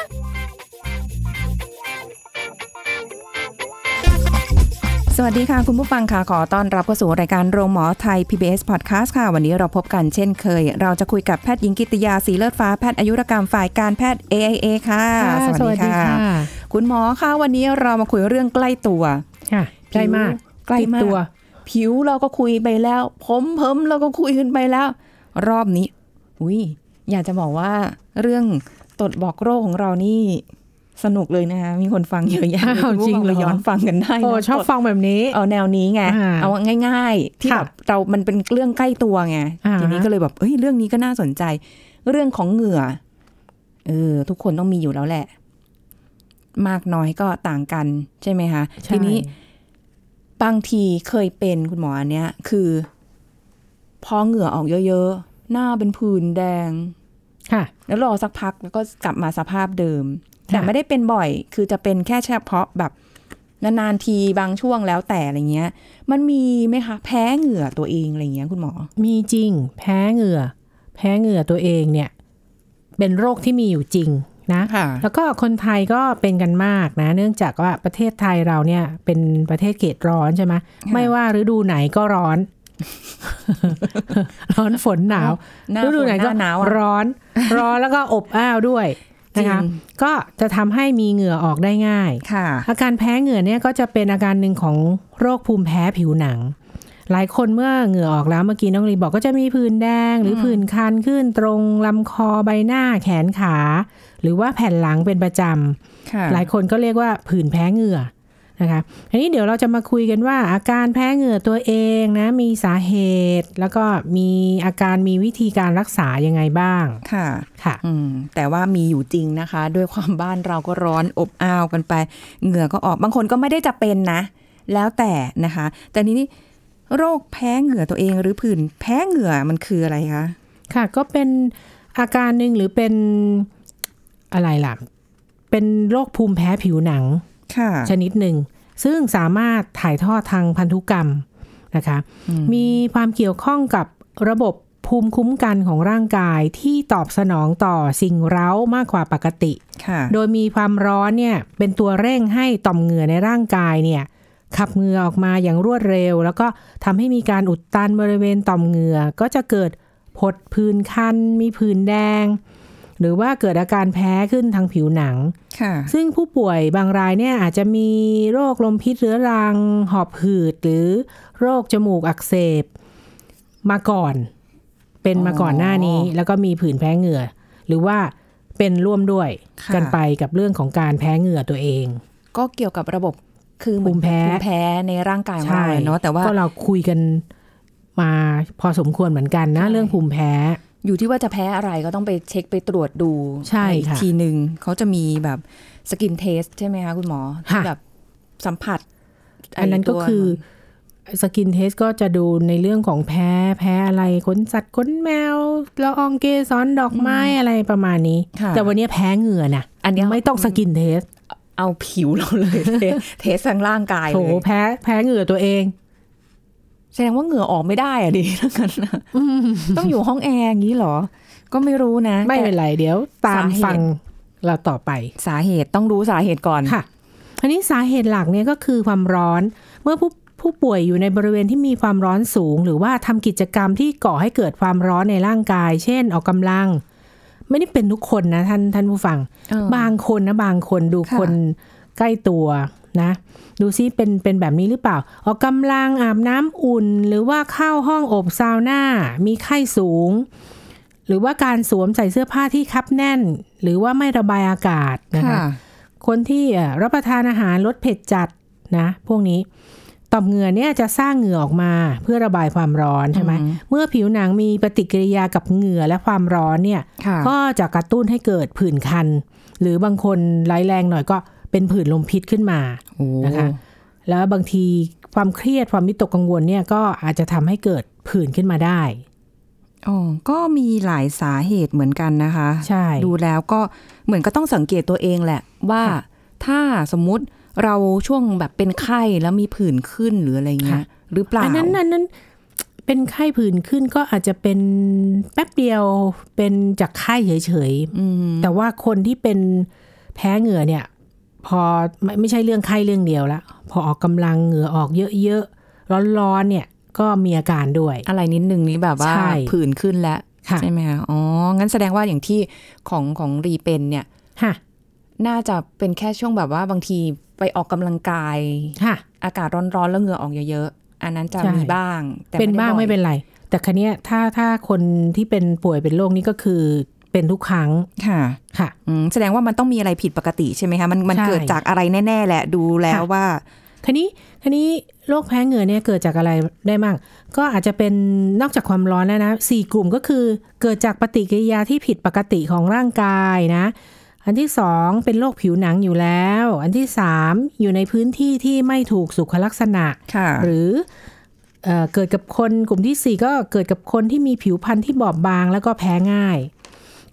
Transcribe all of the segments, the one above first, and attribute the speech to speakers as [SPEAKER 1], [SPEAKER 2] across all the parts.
[SPEAKER 1] ล
[SPEAKER 2] สวัสดีค่ะ คุณผู้ฟังค่ะ ขอต้อนรับเข้าสู่รายการโรงหมอไทย PBS Podcast ค่ะ วันนี้เราพบกันเช่นเคย เราจะคุยกับแพทย์หญิงกิตยาสีเลิศฟ้าแพทย์อายุรกรรมฝ่ายการแพทย์ AIA ค่ะ
[SPEAKER 3] ค่ะ
[SPEAKER 2] คุณหมอค่ะ วันนี้เรามาคุยเรื่องใกล้ตัว
[SPEAKER 3] ค่ะใกล้มาก
[SPEAKER 2] ผิวใกล้
[SPEAKER 3] ติด
[SPEAKER 2] มาก
[SPEAKER 3] ตัว
[SPEAKER 2] ผิวเราก็คุยไปแล้ว ผมเพิ่มเราก็คุยขึ้นไปแล้ว รอบนี้ อุ้ยอยากจะบอกว่าเรื่องตดบอกโรคของเรานี่สนุกเลยนะคะมีคนฟังเยอะแยะเลย
[SPEAKER 3] อ้าว
[SPEAKER 2] คุณผู้ฟั
[SPEAKER 3] จริงเหรอ
[SPEAKER 2] เราย้อนฟังกันได้นะ
[SPEAKER 3] โอ้ชอบ
[SPEAKER 2] ตด
[SPEAKER 3] ฟังแบบนี้
[SPEAKER 2] เอาแนวนี้ไง
[SPEAKER 3] อ่า
[SPEAKER 2] เอาง่าย ๆ ที่
[SPEAKER 3] ค่ะ
[SPEAKER 2] แบบเรา มันเป็นเรื่องใกล้ตัวไง
[SPEAKER 3] อ่า
[SPEAKER 2] ทีนี้ก็เลยแบบ เอ้ย เรื่องนี้ก็น่าสนใจ เรื่องของเหงื่อ เออ ทุกคนต้องมีอยู่แล้วแหละ มากน้อยก็ต่างกันใช่ไหมคะ
[SPEAKER 3] ใช่
[SPEAKER 2] ทีนี้บางทีเคยเป็นคุณหมออันเนี้ย คือ พอเหงื่อออกเยอะๆ หน้าเป็นผื่นแดง
[SPEAKER 3] ค่ะ
[SPEAKER 2] แล้วรอสักพักแล้วก็กลับมาสภาพเดิม
[SPEAKER 3] ค่ะ
[SPEAKER 2] แต่ไม่ได้เป็นบ่อย คือจะเป็นแค่เฉพาะแบบนานๆทีบางช่วงแล้วแต่อะไรเงี้ย มันมีไหมคะ แพ้เหงื่อตัวเองอะไรเงี้ยคุณหมอ
[SPEAKER 3] มีจริง แพ้เหงื่อ แพ้เหงื่อตัวเองเนี่ย เป็นโรคที่มีอยู่จริงนะ
[SPEAKER 2] ค่ะ
[SPEAKER 3] แล้วก็คนไทยก็เป็นกันมากนะ เนื่องจากว่าประเทศไทยเราเนี่ย เป็นประเทศเขตร้อนใช่ไหมไม่ว่าฤดูไหนก็ร้อน ร้อนฝนหนาว
[SPEAKER 2] หน้า
[SPEAKER 3] ฤดู
[SPEAKER 2] ฝน
[SPEAKER 3] ไหน
[SPEAKER 2] ห
[SPEAKER 3] ก็
[SPEAKER 2] น้าหนาวอะ
[SPEAKER 3] ร้อน ร้อนแล้วก็อบอ้าวด้วยนะคะ
[SPEAKER 2] จริง
[SPEAKER 3] ก็จะทำให้มีเหงื่อออกได้ง่าย
[SPEAKER 2] ค่ะ
[SPEAKER 3] อาการแพ้เหงื่อเนี่ยก็จะเป็นอาการหนึ่งของโรคภูมิแพ้ผิวหนัง หลายคนเมื่อเหงื่อออกแล้วเมื่อกี้น้องลีบอกก็จะมีผื่นแดง หรือผื่นคันขึ้นตรงลำคอใบหน้าแขนขา หรือว่าแผ่นหลังเป็นประจ
[SPEAKER 2] ค่ะ
[SPEAKER 3] ำหลายคนก็เรียกว่าผื่นแพ้เหงื่อนะคะอันนี้เดี๋ยวเราจะมาคุยกันว่าอาการแพ้เหงื่อตัวเองนะมีสาเหตุ แล้วก็มีอาการมีวิธีการรักษายังไงบ้าง
[SPEAKER 2] ค่ะ
[SPEAKER 3] ค่ะ
[SPEAKER 2] อืม แต่ว่ามีอยู่จริงนะคะ ด้วยความบ้านเราก็ร้อนอบอ้าวกันไป เหงื่อก็ออก บางคนก็ไม่ได้จะเป็นนะ แล้วแต่นะคะ แต่ทีนี้โรคแพ้เหงื่อตัวเองหรือผื่นแพ้เหงื่อมันคืออะไรคะ
[SPEAKER 3] ค่ะก็เป็นอาการหนึ่งหรือเป็นอะไรล่ะ เป็นโรคภูมิแพ้ผิวหนัง
[SPEAKER 2] ค่ะ
[SPEAKER 3] ชนิดหนึ่ง ซึ่งสามารถถ่ายทอดทางพันธุกรรมนะคะ
[SPEAKER 2] อืม
[SPEAKER 3] มีความเกี่ยวข้องกับระบบภูมิคุ้มกันของร่างกายที่ตอบสนองต่อสิ่งเร้ามากกว่าปกติ
[SPEAKER 2] ค่ะ
[SPEAKER 3] โดยมีความร้อนเนี่ยเป็นตัวเร่งให้ต่อมเหงื่อในร่างกายเนี่ยขับเหงื่อออกมาอย่างรวดเร็ว แล้วก็ทำให้มีการอุดตันบริเวณต่อมเหงื่อก็จะเกิดผดผื่นคัน มีผื่นแดง หรือว่าเกิดอาการแพ้ขึ้นทางผิวหนัง
[SPEAKER 2] ค่ะ
[SPEAKER 3] ซึ่งผู้ป่วยบางรายเนี่ยอาจจะมีโรคลมพิษเรื้อรัง หอบหืด หรือโรคจมูกอักเสบมาก่อน เป็นมาก่อนหน้านี้
[SPEAKER 2] อ๋อ
[SPEAKER 3] แล้วก็มีผื่นแพ้เหงื่อ หรือว่าเป็นร่วมด้วย
[SPEAKER 2] ค่ะ
[SPEAKER 3] กันไปกับเรื่องของการแพ้เหงื่อตัวเอง
[SPEAKER 2] ก็เกี่ยวกับระบบคือเหอน
[SPEAKER 3] ภูมิแพ้
[SPEAKER 2] ภูมิแพ้ในร่างกายของเราอะเนาะแต่ว่า
[SPEAKER 3] ก็เราคุยกันมาพอสมควรเหมือนกันนะ
[SPEAKER 2] ใช่
[SPEAKER 3] เรื่องภูมิแพ้
[SPEAKER 2] อยู่ที่ว่าจะแพ้อะไรก็ต้องไปเช็คไปตรวจดู
[SPEAKER 3] ใช่
[SPEAKER 2] อีก
[SPEAKER 3] ค่ะ
[SPEAKER 2] ทีหนึ่งเขาจะมีแบบสกินเทสใช่ไหมคะคุณหมอ
[SPEAKER 3] ค่ะ
[SPEAKER 2] ที่แบบสัมผัส
[SPEAKER 3] อันนั้นก็
[SPEAKER 2] ไตัว
[SPEAKER 3] คือสกินเทสก็จะดูในเรื่องของแพ้แพ้อะไรขนสัตว์ขนแมวละอองเกสรดอกไม้อะไรประมาณนี้
[SPEAKER 2] ค่ะ
[SPEAKER 3] แต่วันนี้แพ้เหงื่อนะ
[SPEAKER 2] อันเนี้ย
[SPEAKER 3] ไม่ต้องสกินเทส
[SPEAKER 2] เอาผิวเราเลย เทสเทสทางร่างกาย
[SPEAKER 3] โถ
[SPEAKER 2] เลย
[SPEAKER 3] แพ้แพ้เหงื่อตัวเอง
[SPEAKER 2] แสดงว่าเหงื่อออกไม่ได้อะดิทั้งนั้นน่ะต้องอยู่ห้องแอร์อย่างนี้เหรอ ก็ไม่รู้นะ
[SPEAKER 3] ไม่เป็น
[SPEAKER 2] แต่
[SPEAKER 3] ไรเดี๋ยว ตาม
[SPEAKER 2] สาเหตุ
[SPEAKER 3] ฟังเราต่อไป
[SPEAKER 2] สาเหตุต้องรู้สาเหตุก่อน
[SPEAKER 3] ค่ะอันนี้สาเหตุหลักเนี่ยก็คือความร้อน เมื่อผู้ผู้ป่วยอยู่ในบริเวณที่มีความร้อนสูง หรือว่าทำกิจกรรมที่ก่อให้เกิดความร้อนในร่างกาย เช่นออกกำลัง ไม่ได้เป็นทุกคนนะท่านท่านผู้ฟัง
[SPEAKER 2] เออบ
[SPEAKER 3] างคนนะบางคนดู
[SPEAKER 2] ค่ะ
[SPEAKER 3] คนใกล้ตัวนะ ดูซิเป็นเป็นแบบนี้หรือเปล่า ออกกำลังอาบน้ำอุ่น หรือว่าเข้าห้องอบซาวน่ามีไข้สูง หรือว่าการสวมใส่เสื้อผ้าที่คับแน่น หรือว่าไม่ระบายอากาศนะคะ คนที่เอ่อรับประทานอาหารลดเผ็ดจัดนะ พวกนี้ต่อมเหงื่อเนี่ยจะสร้างเหงื่อออกมาเพื่อระบายความร้อนใช่ไหม
[SPEAKER 2] อือหือ
[SPEAKER 3] เมื่อผิวหนังมีปฏิกิริยากับเหงื่อและความร้อนเนี่ย
[SPEAKER 2] ค่ะ
[SPEAKER 3] ก็จะกระตุ้นให้เกิดผื่นคัน หรือบางคนร้ายแรงหน่อยก็ไป เป็นผื่นลมพิษขึ้นมา
[SPEAKER 2] โอ้
[SPEAKER 3] นะคะ แล้วบางทีความเครียดความวิตกกังวลเนี่ยก็อาจจะทำให้เกิดผื่นขึ้นมาได้
[SPEAKER 2] อ๋อก็มีหลายสาเหตุเหมือนกันนะคะ
[SPEAKER 3] ใช่
[SPEAKER 2] ดูแล้วก็เหมือนก็ต้องสังเกตตัวเองแหละ ว่า
[SPEAKER 3] ค่ะ
[SPEAKER 2] ถ้าสมมุติเราช่วงแบบเป็นไข้แล้วมีผื่นขึ้นหรืออะไรเงี้ย
[SPEAKER 3] ค่ะ
[SPEAKER 2] หรือเปล่า
[SPEAKER 3] อันนั้นอันนั้นเป็นไข้ผื่นขึ้นก็อาจจะเป็นแป๊บเดียวเป็นจากไข้เฉย
[SPEAKER 2] อืม
[SPEAKER 3] ๆแต่ว่าคนที่เป็นแพ้เหงื่อเนี่ย พอไม่ไม่ใช่เรื่องไข้เรื่องเดียวละพอออกกำลังเหงื่อออกเยอะๆร้อนๆเนี่ยก็มีอาการด้วย
[SPEAKER 2] อะไรนิดนึงนี้แบบว่า
[SPEAKER 3] ใช่
[SPEAKER 2] ผื่นขึ้นแล้ว
[SPEAKER 3] ค่ะ
[SPEAKER 2] ใช่ไหมคะอ๋อ งั้นแสดงว่าอย่างที่ของของรีเป็นเนี่ย
[SPEAKER 3] ค่ะ
[SPEAKER 2] น่าจะเป็นแค่ช่วงแบบว่าบางทีไปออกกำลังกาย
[SPEAKER 3] ค่ะ
[SPEAKER 2] อากาศร้อนๆแล้วเหงื่อออกเยอะๆ อันนั้นจะ
[SPEAKER 3] ใช่
[SPEAKER 2] มีบ้างแต่
[SPEAKER 3] เป็นบ้าง
[SPEAKER 2] ด้บ่อย
[SPEAKER 3] ไม่เป็นไร แต่คันนี้ยถ้าถ้าคนที่เป็นป่วยเป็นโรคนี้ก็คือเป็นทุกครั้ง
[SPEAKER 2] ค่ะ
[SPEAKER 3] ค่ะ
[SPEAKER 2] อืมแสดงว่ามันต้องมีอะไรผิดปกติใช่ไหมคะ มันมัน
[SPEAKER 3] ใช่
[SPEAKER 2] เกิดจากอะไรแน่ ๆ แหละ ดูแล้ว
[SPEAKER 3] ค่ะ
[SPEAKER 2] ว่า
[SPEAKER 3] คันนี้คันนี้โรคแพ้เหงื่อเนี่ยเกิดจากอะไรได้บ้าง ก็อาจจะเป็นนอกจากความร้อนแล้วนะสี่กลุ่มก็คือเกิดจากปฏิกิริยาที่ผิดปกติของร่างกายนะ อันที่สองเป็นโรคผิวหนังอยู่แล้ว อันที่สามอยู่ในพื้นที่ที่ไม่ถูกสุขลักษณะ
[SPEAKER 2] ค่ะ
[SPEAKER 3] หรือเออเกิดกับคนกลุ่มที่ 4 ก็เกิดกับคนที่มีผิวพรรณที่บอบบางแล้วก็แพ้ง่าย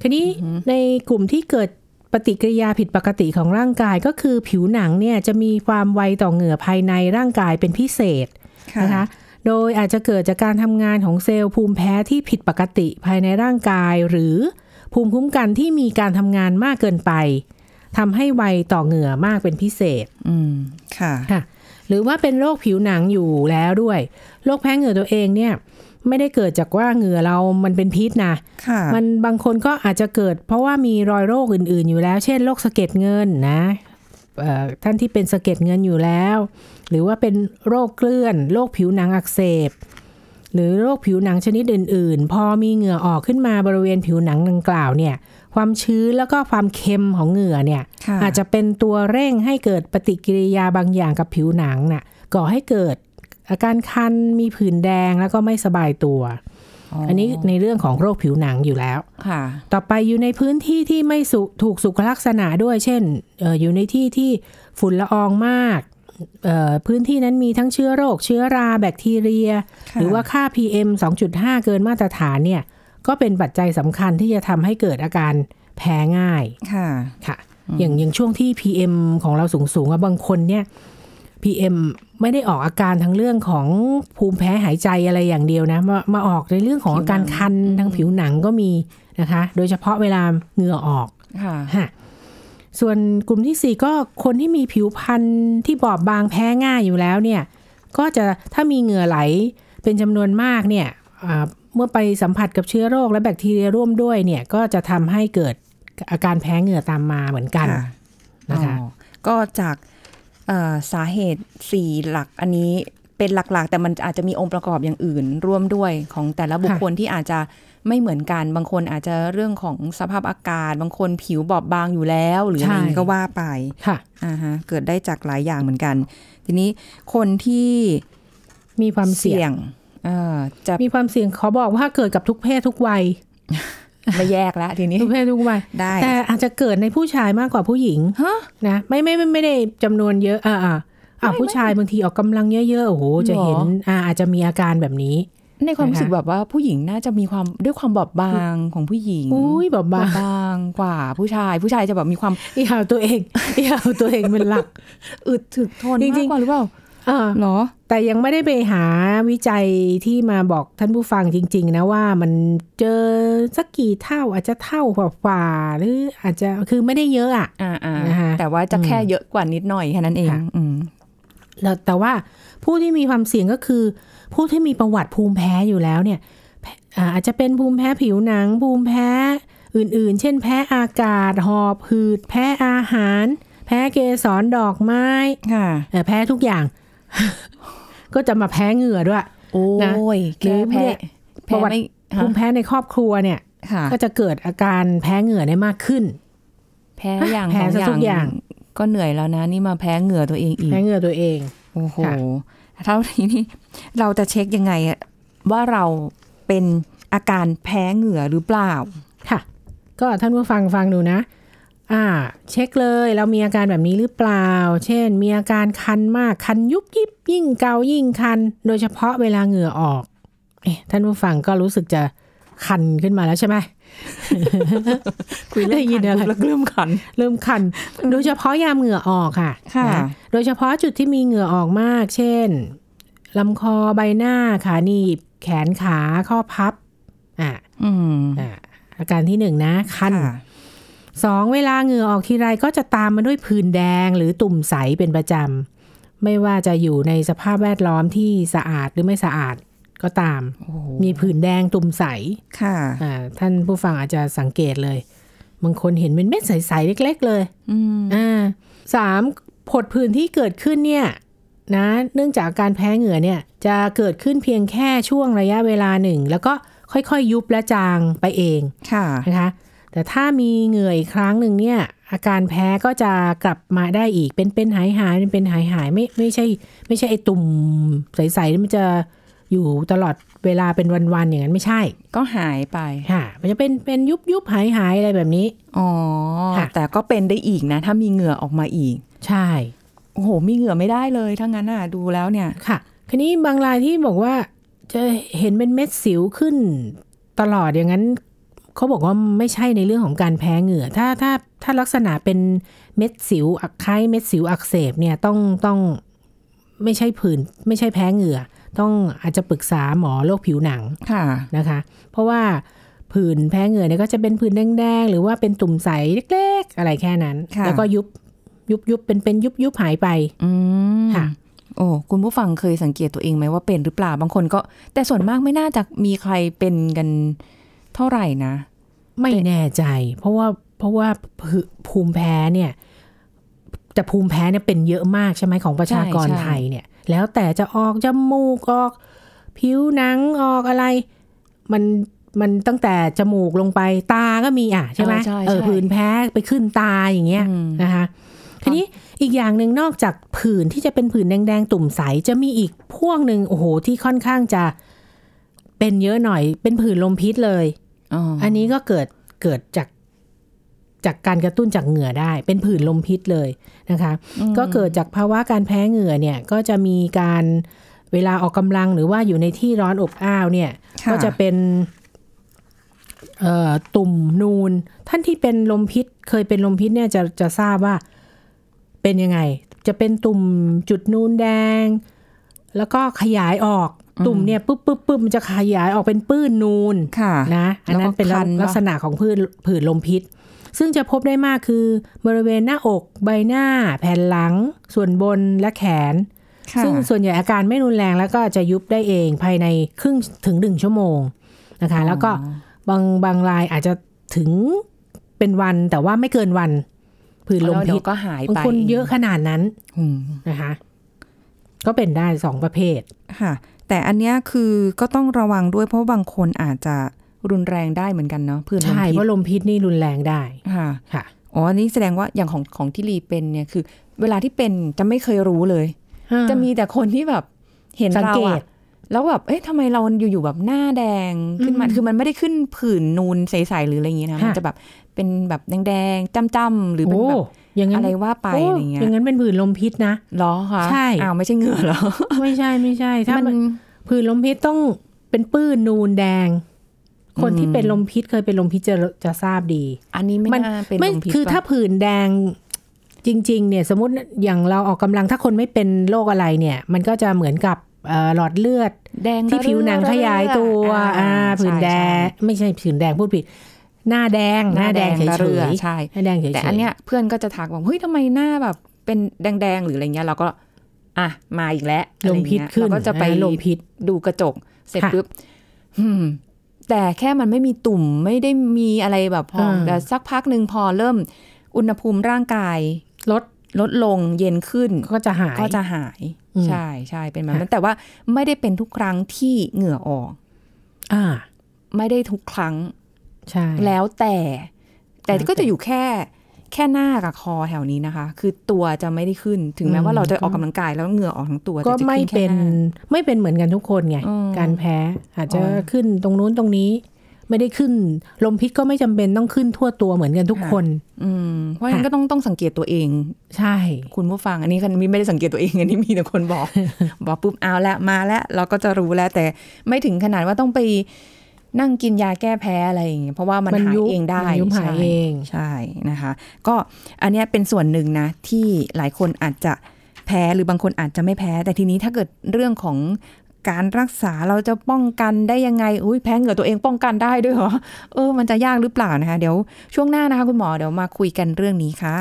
[SPEAKER 3] ทีนี้ในกลุ่มที่เกิดปฏิกิริยาผิดปกติของร่างกายก็คือผิวหนังเนี่ยจะมีความไวต่อเหงื่อภายในร่างกายเป็นพิเศษนะคะ โดยอาจจะเกิดจากการทำงานของเซลล์ภูมิแพ้ที่ผิดปกติภายในร่างกาย หรือภูมิคุ้มกันที่มีการทำงานมากเกินไปทำให้ไวต่อเหงื่อมากเป็นพิเศษ
[SPEAKER 2] อืม ค่ะ
[SPEAKER 3] ค่ะหรือว่าเป็นโรคผิวหนังอยู่แล้วด้วย โรคแพ้เหงื่อตัวเองเนี่ย ไม่ได้เกิดจากว่าเหงื่อเรามันเป็นพิษนะ
[SPEAKER 2] ค่ะ
[SPEAKER 3] มันบางคนก็อาจจะเกิด เพราะว่ามีรอยโรคอื่น ๆ อยู่แล้ว เช่นโรคสะเก็ดเงินนะเอ่อท่านที่เป็นสะเก็ดเงินอยู่แล้ว หรือว่าเป็นโรคเกลื่อน โรคผิวหนังอักเสบ หรือโรคผิวหนังชนิดอื่น ๆ พอมีเหงื่อออกขึ้นมาบริเวณผิวหนังดังกล่าวเนี่ย ความชื้นแล้วก็ความเค็มของเหงื่อเนี่ย
[SPEAKER 2] ค่ะ
[SPEAKER 3] อาจจะเป็นตัวเร่งให้เกิดปฏิกิริยาบางอย่างกับผิวหนังน่ะก่อให้เกิดอาการคันมีผื่นแดงแล้วก็ไม่สบายตัว อันนี้ในเรื่องของโรคผิวหนังอยู่แล้ว
[SPEAKER 2] ค่ะ
[SPEAKER 3] ต่อไปอยู่ในพื้นที่ที่ไม่สุถูกสุขลักษณะด้วย เช่นเอออยู่ในที่ที่ฝุ่นละอองมากเอ่อพื้นที่นั้นมีทั้งเชื้อโรค เชื้อราแบคทีเรีย
[SPEAKER 2] ค่ะ
[SPEAKER 3] หรือว่าค่า PM 2.5 เกินมาตรฐานเนี่ย ก็เป็นปัจจัยสำคัญที่จะทำให้เกิดอาการแพ้ง่าย
[SPEAKER 2] ค่ะ
[SPEAKER 3] ค่ะอย่างอย่างช่วงที่ PM ของเราสูงสูงๆอะบางคนเนี่ย PM ไม่ได้ออกอาการทั้งเรื่องของภูมิแพ้หายใจอะไรอย่างเดียวนะ มามาออกในเรื่องของอาการคันทางผิวหนังก็มีนะคะ โดยเฉพาะเวลาเหงื่อออก
[SPEAKER 2] ค่ะ
[SPEAKER 3] ค่ะส่วนกลุ่มที่ 4 ก็คนที่มีผิวพรรณที่บอบบางแพ้ง่ายอยู่แล้วเนี่ย ก็จะถ้ามีเหงื่อไหลเป็นจำนวนมากเนี่ยอ่าเมื่อไปสัมผัสกับเชื้อโรคและแบคทีเรียร่วมด้วยเนี่ยก็จะทำให้เกิดอาการแพ้เหงื่อตามมาเหมือนกัน
[SPEAKER 2] ค่ะ
[SPEAKER 3] นะคะ
[SPEAKER 2] อ๋อก็จากเอ่อสาเหตุสี่หลักอันนี้เป็นหลักๆ แต่มันอาจจะมีองค์ประกอบอย่างอื่นร่วมด้วยของแต่ละบุคคลที่อาจจะไม่เหมือนกัน บางคนอาจจะเรื่องของสภาพอากาศ บางคนผิวบอบบางอยู่แล้ว หรืออะไรอย่างนี้
[SPEAKER 3] ใช่
[SPEAKER 2] ก็ว่าไป
[SPEAKER 3] ค่ะ
[SPEAKER 2] อ่าฮะเกิดได้จากหลายอย่างเหมือนกัน ทีนี้คนที่
[SPEAKER 3] มีความเสี่ยง
[SPEAKER 2] เอ่อจะ
[SPEAKER 3] มีความเสี่ยงขอบอกว่าเกิดกับทุกเพศทุกวัย
[SPEAKER 2] ไม่แยกแล้วทีนี้
[SPEAKER 3] ทุกเพศทุกวัย
[SPEAKER 2] ได้
[SPEAKER 3] แต่อาจจะเกิดในผู้ชายมากกว่าผู้หญิง
[SPEAKER 2] ฮะ
[SPEAKER 3] นะไม่ไม่ไม่ไม่ได้จำนวนเยอะ อ่าอ่าอ่า
[SPEAKER 2] ไม่
[SPEAKER 3] ผู้ชายบางทีออกกำลังเยอะๆโอ้โหจะเห็
[SPEAKER 2] ห
[SPEAKER 3] น
[SPEAKER 2] รอ
[SPEAKER 3] อ่าอาจจะมีอาการแบบนี้
[SPEAKER 2] ในความรู้สึก
[SPEAKER 3] นะคะ
[SPEAKER 2] แบบว่าผู้หญิงน่าจะมีความด้วยความบอบบางของผู้หญิง
[SPEAKER 3] อุ้ยแบบ
[SPEAKER 2] บา
[SPEAKER 3] บาง
[SPEAKER 2] งกว่าผู้ชายผู้ชายจะแบบมีความ
[SPEAKER 3] อย่าเอาตัวเอง อย่าเอาตัวเองเป็นหลัก
[SPEAKER 2] อึดถึกทน
[SPEAKER 3] จริ
[SPEAKER 2] มา
[SPEAKER 3] งๆ
[SPEAKER 2] กกว่าหรือเปล่า
[SPEAKER 3] อ่า
[SPEAKER 2] หรอ
[SPEAKER 3] แต่ยังไม่ได้ไปหาวิจัยที่มาบอกท่านผู้ฟังจริง ๆ นะว่ามันเจอสักกี่เท่าอาจจะเท่ากว่าๆหรืออาจจะคือไม่ได้เยอะอะ
[SPEAKER 2] อ่าอ่า
[SPEAKER 3] นะคะ
[SPEAKER 2] แต่ว่าจะแค่เยอะกว่านิดหน่อยแค่นั้นเอง
[SPEAKER 3] ค่ะ
[SPEAKER 2] อืม
[SPEAKER 3] แล้วแต่ว่าผู้ที่มีความเสี่ยงก็คือ ผู้ที่มีประวัติภูมิแพ้อยู่แล้วเนี่ยแพ้อ่าอาจจะเป็นภูมิแพ้ผิวหนัง ภูมิแพ้อื่นๆ เช่น แพ้อากาศหอบหืด แพ้อาหาร แพ้เกสรดอกไม้
[SPEAKER 2] ค่ะ
[SPEAKER 3] เอ่อแพ้ทุกอย่าง ก็จะมาแพ้เหงื่อด้วย
[SPEAKER 2] โอ้ย
[SPEAKER 3] หรื
[SPEAKER 2] แค่
[SPEAKER 3] อเนี่
[SPEAKER 2] แพ้แพ้
[SPEAKER 3] ยประวัติ
[SPEAKER 2] ไม่ฮะ
[SPEAKER 3] ภูมิแพ้ในครอบครัวเนี่ย
[SPEAKER 2] ค่ะ
[SPEAKER 3] ก็จะเกิดอาการแพ้เหงื่อได้มากขึ้น
[SPEAKER 2] แพ้อย่าง
[SPEAKER 3] แพ้
[SPEAKER 2] ส
[SPEAKER 3] ซะทุ
[SPEAKER 2] อง
[SPEAKER 3] กอย่
[SPEAKER 2] อา
[SPEAKER 3] ย่าง ง
[SPEAKER 2] ก็เหนื่อยแล้วนะ นี่มาแพ้เหงื่อตัวเองอีก
[SPEAKER 3] แพ้เหงื่อตัวเอง
[SPEAKER 2] โอ้โห
[SPEAKER 3] ค่ะ
[SPEAKER 2] เท่านี้นี่เราจะเช็คยังไงอะว่าเราเป็นอาการแพ้เหงื่อหรือเปล่า
[SPEAKER 3] ค่ะ ก็ท่านผู้ฟังฟังดูนะ อ่า เช็คเลยเรามีอาการแบบนี้หรือเปล่า เช่น มีอาการคันมากคันยุบยิบยิ่งเกายิ่งคัน โดยเฉพาะเวลาเหงื่อออก เอ๊ะท่านผู้ฟังก็รู้สึกจะคันขึ้นมาแล้วใช่ไหม
[SPEAKER 2] คุยเรื่อ
[SPEAKER 3] ได้
[SPEAKER 2] ง
[SPEAKER 3] ยินอะไร
[SPEAKER 2] คัปุ๊บแล้วก็เริ่มขัน
[SPEAKER 3] เริ่มคัน โดยเฉพาะยามเหงื่อออกค่ะ
[SPEAKER 2] ค่ะ
[SPEAKER 3] นโดยเฉพาะจุดที่มีเหงื่อออกมาก เช่นลำคอใบหน้าขาหนีบ แขนขาข้อพับอ่ะ
[SPEAKER 2] อืม
[SPEAKER 3] อ่ะอาการที่หนึ่งนะคัน
[SPEAKER 2] ค่ะ
[SPEAKER 3] สองเวลาเหงื่อออกทีไรก็จะตามมาด้วยผื่นแดงหรือตุ่มใสเป็นประจำ ไม่ว่าจะอยู่ในสภาพแวดล้อมที่สะอาดหรือไม่สะอาดก็ตาม
[SPEAKER 2] โอ้โห
[SPEAKER 3] มีผื่นแดงตุ่มใส
[SPEAKER 2] ค่ะ
[SPEAKER 3] อ่าท่านผู้ฟังอาจจะสังเกตเลยบางคนเห็นเป็นเม็ดใสๆเล็ก ๆ เลย
[SPEAKER 2] อืม
[SPEAKER 3] อ่าสามผดผื่นที่เกิดขึ้นเนี่ยนะเนื่องจากการแพ้เหงื่อเนี่ยจะเกิดขึ้นเพียงแค่ช่วงระยะเวลาหนึ่ง แล้วก็ค่อยๆยุบและจางไปเอง
[SPEAKER 2] ค่ะ
[SPEAKER 3] นะคะแต่ถ้ามีเหงื่ออีกครั้งหนึ่งเนี่ยอาการแพ้ก็จะกลับมาได้อีกเป็นเป็นหายหายเป็นเป็นหายหายไม่ไม่ใช่ ไม่ใช่ไอตุ่มใสๆนี่มันจะอยู่ตลอดเวลาเป็นวันๆอย่างนั้นไม่ใช่
[SPEAKER 2] ก็หายไป
[SPEAKER 3] ค่ะมันจะเป็นเป็นยุบยุบหายหายอะไรแบบนี้
[SPEAKER 2] อ๋อ
[SPEAKER 3] ค่ะ
[SPEAKER 2] แต่ก็เป็นได้อีกนะ ถ้ามีเหงื่อออกมาอีก
[SPEAKER 3] ใช่
[SPEAKER 2] โอ้โห มีเหงื่อไม่ได้เลยถ้างั้นอ่ะ ดูแล้วเนี่ย
[SPEAKER 3] ค่ะคันนี้บางรายที่บอกว่าจะเห็นเป็นเม็ดสิวขึ้นตลอดอย่างนั้นเขาบอกว่าไม่ใช่ในเรื่องของการแพ้เหงื่อ ถ้าถ้าถ้าลักษณะเป็นเม็ดสิวอักไข้เม็ดสิวอักเสบเนี่ยต้องต้อง ไม่ใช่ผื่นไม่ใช่แพ้เหงื่อ ต้องอาจจะปรึกษาหมอโรคผิวหนัง
[SPEAKER 2] ค่ะ
[SPEAKER 3] นะคะ เพราะว่าผื่นแพ้เหงื่อเนี่ยก็จะเป็นผื่นแดงๆ หรือว่าเป็นตุ่มใสเล็กๆ อะไรแค่นั้น
[SPEAKER 2] ค่ะ
[SPEAKER 3] แล้วก็ยุบยุบยุบเป็นเป็นยุบยุบหายไป
[SPEAKER 2] อืม
[SPEAKER 3] ค่ะ
[SPEAKER 2] โอ้คุณผู้ฟังเคยสังเกตตัวเองไหมว่าเป็นหรือเปล่าบางคนก็ แต่ส่วนมากไม่น่าจะมีใครเป็นกันเท่าไหร่นะ
[SPEAKER 3] ไม่แน่ใจ เพราะว่าเพราะว่าภูภูมิแพ้เนี่ยแต่ภูมิแพ้เนี่ยเป็นเยอะมากใช่ไหมของประชากร
[SPEAKER 2] ใช่ใช่
[SPEAKER 3] ไทยเนี่ย แล้วแต่จะออกจมูกออก ผิวหนังออกอะไร มันมันตั้งแต่จมูกลงไปตาก็มีอ่ะใช่ไหม
[SPEAKER 2] เออใช่
[SPEAKER 3] เออ
[SPEAKER 2] ใช่
[SPEAKER 3] ผื่นแพ้ไปขึ้นตาอย่างเงี้ย
[SPEAKER 2] อืม
[SPEAKER 3] นะคะทีนี้อีกอย่างหนึ่งนอกจากผื่นที่จะเป็นผื่นแดงๆ ตุ่มใสจะมีอีกพวกหนึ่งโอ้โหที่ค่อนข้างจะเป็นเยอะหน่อย เป็นผื่นลมพิษเลย
[SPEAKER 2] อ๋อ
[SPEAKER 3] อันนี้ก็เกิดเกิดจากจากการกระตุ้นจากเหงื่อได้ เป็นผื่นลมพิษเลยนะคะ ก็เกิดจากภาวะการแพ้เหงื่อเนี่ยก็จะมีการเวลาออกกำลังหรือว่าอยู่ในที่ร้อนอบอ้าวเนี่ย
[SPEAKER 2] ค่
[SPEAKER 3] ก็จะเป็นเอ่อตุ่มนูน ท่านที่เป็นลมพิษ เคยเป็นลมพิษเนี่ยจะจะทราบว่าเป็นยังไง จะเป็นตุ่มจุดนูนแดง แล้วก็ขยายออกตุ่มเนี่ยปุ๊บปุ๊บปุ๊บมันจะขยายออกเป็นปื้นนูน
[SPEAKER 2] ค่ะ
[SPEAKER 3] นะอัน
[SPEAKER 2] แล้ว
[SPEAKER 3] นั้น
[SPEAKER 2] ก็
[SPEAKER 3] เป็นลัก
[SPEAKER 2] คันปะ
[SPEAKER 3] ลักษณะของพืชผื่นลมพิษ ซึ่งจะพบได้มากคือบริเวณหน้าอกใบหน้า แผ่นหลัง ส่วนบนและแขน
[SPEAKER 2] ค่ะ
[SPEAKER 3] ซึ่งส่วนใหญ่อาการไม่รุนแรงแล้วก็จะยุบได้เองภายในครึ่งถึงหนึ่งชั่วโมงนะคะ แล้วก็บางบางรายอาจจะถึงเป็นวันแต่ว่าไม่เกินวันผื่นลม
[SPEAKER 2] แว
[SPEAKER 3] พิ
[SPEAKER 2] เดี๋
[SPEAKER 3] ษ
[SPEAKER 2] ยวก็หาย
[SPEAKER 3] บาง
[SPEAKER 2] ไป
[SPEAKER 3] คนเยอะขนาดนั้น
[SPEAKER 2] อืม
[SPEAKER 3] นะคะ ก็เป็นได้สองประเภท
[SPEAKER 2] ค่ะ แต่อันเนี้ยคือก็ต้องระวังด้วยเพราะบางคนอาจจะรุนแรงได้เหมือนกันเนาะผื่นลม
[SPEAKER 3] ใช่
[SPEAKER 2] พิ
[SPEAKER 3] เพ
[SPEAKER 2] ษ
[SPEAKER 3] ราะลมพิษนี่รุนแรงได้
[SPEAKER 2] ค่ะ
[SPEAKER 3] ค่ะ
[SPEAKER 2] อ๋อ อันนี้แสดงว่าอย่างของของที่ลีเป็นเนี่ยคือ เวลาที่เป็นจะไม่เคยรู้เลย จะมีแต่คนที่แบบเห็น
[SPEAKER 3] สัง
[SPEAKER 2] เรา
[SPEAKER 3] เกต
[SPEAKER 2] อะแล้วแบบ เอ๊ะทำไมเราอยู่ๆแบบหน้าแดงขึ้นมา
[SPEAKER 3] อืม
[SPEAKER 2] คือมันไม่ได้ขึ้นผื่นนูนใสๆหรืออะไรอย่างงี้นะ
[SPEAKER 3] ค่ะ
[SPEAKER 2] มันจะแบบเป็นแบบแดงๆจ้ำๆหรือเป็นแบ
[SPEAKER 3] โอ้
[SPEAKER 2] บ
[SPEAKER 3] อย่างนั้น
[SPEAKER 2] อะไรว่าไป
[SPEAKER 3] โ
[SPEAKER 2] อะไรเงี้ย
[SPEAKER 3] อย่างนั้นเป็นผื่นลมพิษนะ
[SPEAKER 2] เหรอคะ
[SPEAKER 3] ใช่
[SPEAKER 2] อ้าวไม่ใช่เหงื่อเหรอ
[SPEAKER 3] ไม่ใช่ไม่ใช่ ถ้า
[SPEAKER 2] มัน
[SPEAKER 3] ผื่นลมพิษต้องเป็นปื้นนูนแดง คน
[SPEAKER 2] อืม
[SPEAKER 3] ที่เป็นลมพิษเคยเป็นลมพิษจะจะทราบดี
[SPEAKER 2] อันนี้ไม่
[SPEAKER 3] มัน
[SPEAKER 2] น่าเป็นลมพิษ
[SPEAKER 3] คือถ้าผื่นแดงจริง ๆ เนี่ยสมมติอย่างเราออกกำลังถ้าคนไม่เป็นโรคอะไรเนี่ย มันก็จะเหมือนกับเอ่อหลอดเลือด
[SPEAKER 2] แดง
[SPEAKER 3] ที่ผิวหนังขยายตัวอ่าผื่นแดงไม่ใช่ผื่นแดงพูดผิด หน้าแดง
[SPEAKER 2] หน้าแดง
[SPEAKER 3] เฉย
[SPEAKER 2] ระเรือ
[SPEAKER 3] ๆ
[SPEAKER 2] ใช่
[SPEAKER 3] หน้าแดงเฉยๆ
[SPEAKER 2] แต่อันเนี้ยเพื่อนก็จะทักว่าเฮ้ยทำไมหน้าแบบเป็นแดงๆหรืออะไรเงี้ยเราก็ อ่ะมาอีกแล้ว
[SPEAKER 3] ลมพิษขึ้น
[SPEAKER 2] เราก็จะไป
[SPEAKER 3] อ่าลมพิษ
[SPEAKER 2] ดูกระจกเสร็จ
[SPEAKER 3] ค่ะ
[SPEAKER 2] ปุ๊บหืมแต่แค่มันไม่มีตุ่มไม่ได้มีอะไรแบบพอง
[SPEAKER 3] อ่า
[SPEAKER 2] แต่สักพักหนึ่งพอเริ่ม อุณหภูมิร่างกาย
[SPEAKER 3] ลด
[SPEAKER 2] ลดลงเย็นขึ้น
[SPEAKER 3] ก็จะหาย
[SPEAKER 2] ก็จะหาย
[SPEAKER 3] อืม
[SPEAKER 2] ใช่ใช่เป็นแบบ
[SPEAKER 3] ค่ะ
[SPEAKER 2] นั้นแต่ว่าไม่ได้เป็นทุกครั้งที่เหงื่อออก
[SPEAKER 3] อ่า
[SPEAKER 2] ไม่ได้ทุกครั้ง
[SPEAKER 3] ใช่
[SPEAKER 2] แล้วแต่ แต่
[SPEAKER 3] แล้วแต่
[SPEAKER 2] ก็จะอยู่แค่แค่หน้ากับคอแถวนี้นะคะ คือตัวจะไม่ได้ขึ้นถึงแม้
[SPEAKER 3] อืม
[SPEAKER 2] ว่าเราจะออกกำลังกายแล้วเหงื่อออกทั้งตัวแต่
[SPEAKER 3] ก็
[SPEAKER 2] จะขึ้
[SPEAKER 3] ไม่
[SPEAKER 2] นแค่
[SPEAKER 3] เป็น
[SPEAKER 2] หา
[SPEAKER 3] ไม่เป็นเหมือนกันทุกคนไง
[SPEAKER 2] อืม
[SPEAKER 3] การแพ้อาจจะ
[SPEAKER 2] อ๋อ
[SPEAKER 3] ขึ้นตรงนู้นตรงนี้ ไม่ได้ขึ้น ลมพิษก็ไม่จำเป็นต้องขึ้นทั่วตัวเหมือนกันทุก
[SPEAKER 2] ค่ะ
[SPEAKER 3] คน
[SPEAKER 2] อืมเพราะฉะนั้น
[SPEAKER 3] ค่ะ
[SPEAKER 2] ก็ต้องต้องสังเกตตัวเอง
[SPEAKER 3] ใช่
[SPEAKER 2] คุณผู้ฟังอันนี้คันไม่ได้สังเกตตัวเองอันนี้มีแต่คน บอก บอกปุ๊บเอาละมาแล้วเราก็จะรู้แล้วแต่ไม่ถึงขนาดว่าต้องไปนั่งกินยาแก้แพ้อะไรอย่างเงี้ยเพราะว่ามัน
[SPEAKER 3] มัน
[SPEAKER 2] หาย
[SPEAKER 3] ยุบ
[SPEAKER 2] เองได้
[SPEAKER 3] มันยุบหาย
[SPEAKER 2] ใช่
[SPEAKER 3] เอง
[SPEAKER 2] ใช่นะคะ ก็อันเนี้ยเป็นส่วนหนึ่งนะ ที่หลายคนอาจจะแพ้หรือบางคนอาจจะไม่แพ้ แต่ทีนี้ถ้าเกิดเรื่องของการรักษาเราจะป้องกันได้ยังไงอุ้ยแพ้เหงื่อตัวเองป้องกันได้ด้วยเหรอเออ มันจะยากหรือเปล่านะคะ เดี๋ยวช่วงหน้านะคะคุณหมอเดี๋ยวมาคุยกันเรื่องนี้ค่ะ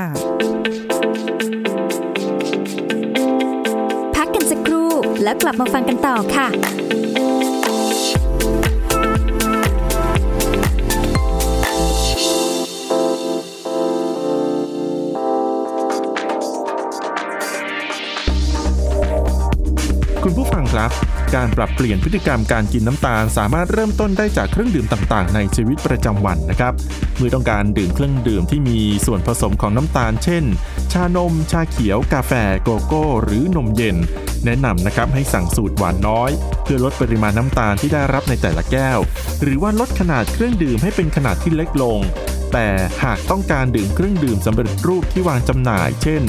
[SPEAKER 1] พักกันสักครู่แล้วกลับมาฟังกันต่อค่ะ
[SPEAKER 4] คุณผู้ฟังครับ การปรับเปลี่ยนพฤติกรรมการกินน้ำตาล สามารถเริ่มต้นได้จากเครื่องดื่มต่างๆ ในชีวิตประจำวันนะครับเมื่อต้องการดื่มเครื่องดื่มที่มีส่วนผสมของน้ำตาล เช่น ชานม ชาเขียว กาแฟ โกโก้ หรือนมเย็น แนะนำนะครับให้สั่งสูตรหวานน้อย เพื่อลดปริมาณน้ำตาลที่ได้รับในแต่ละแก้ว หรือว่าลดขนาดเครื่องดื่มให้เป็นขนาดที่เล็กลง แต่หากต้องการดื่มเครื่องดื่มสำเร็จรูปที่วางจำหน่าย เช่น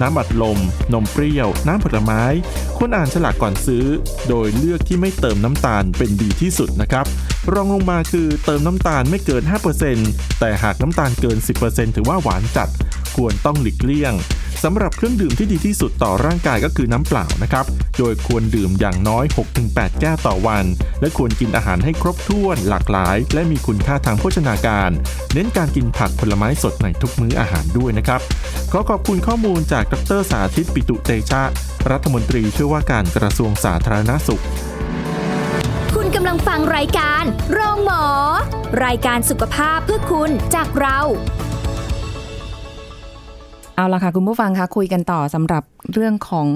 [SPEAKER 4] น้ำอัดลม นมเปรี้ยว น้ำผลไม้ ควรอ่านฉลากก่อนซื้อ โดยเลือกที่ไม่เติมน้ำตาลเป็นดีที่สุดนะครับ รองลงมาคือเติมน้ำตาลไม่เกิน 5%แต่หากน้ำตาลเกิน 10%ถือว่าหวานจัด ควรต้องหลีกเลี่ยงสำหรับเครื่องดื่มที่ดีที่สุดต่อร่างกายก็คือน้ำเปล่านะครับ โดยควรดื่มอย่างน้อย 6-8 แก้วต่อวัน และควรกินอาหารให้ครบถ้วนหลากหลาย และมีคุณค่าทางโภชนาการ เน้นการกินผักผลไม้สดในทุกมื้ออาหารด้วยนะครับ ขอขอบคุณข้อมูลจากดรสาธิตปิตุเตชะ รัฐมนตรีช่วยว่าการกระทรวงสาธารณสุข
[SPEAKER 1] คุณกำลังฟังรายการโรงหมอ รายการสุขภาพเพื่อคุณจากเรา
[SPEAKER 2] เอาละค่ะคุณผู้ฟังคะคุยกันต่อสำหรับเรื่องของ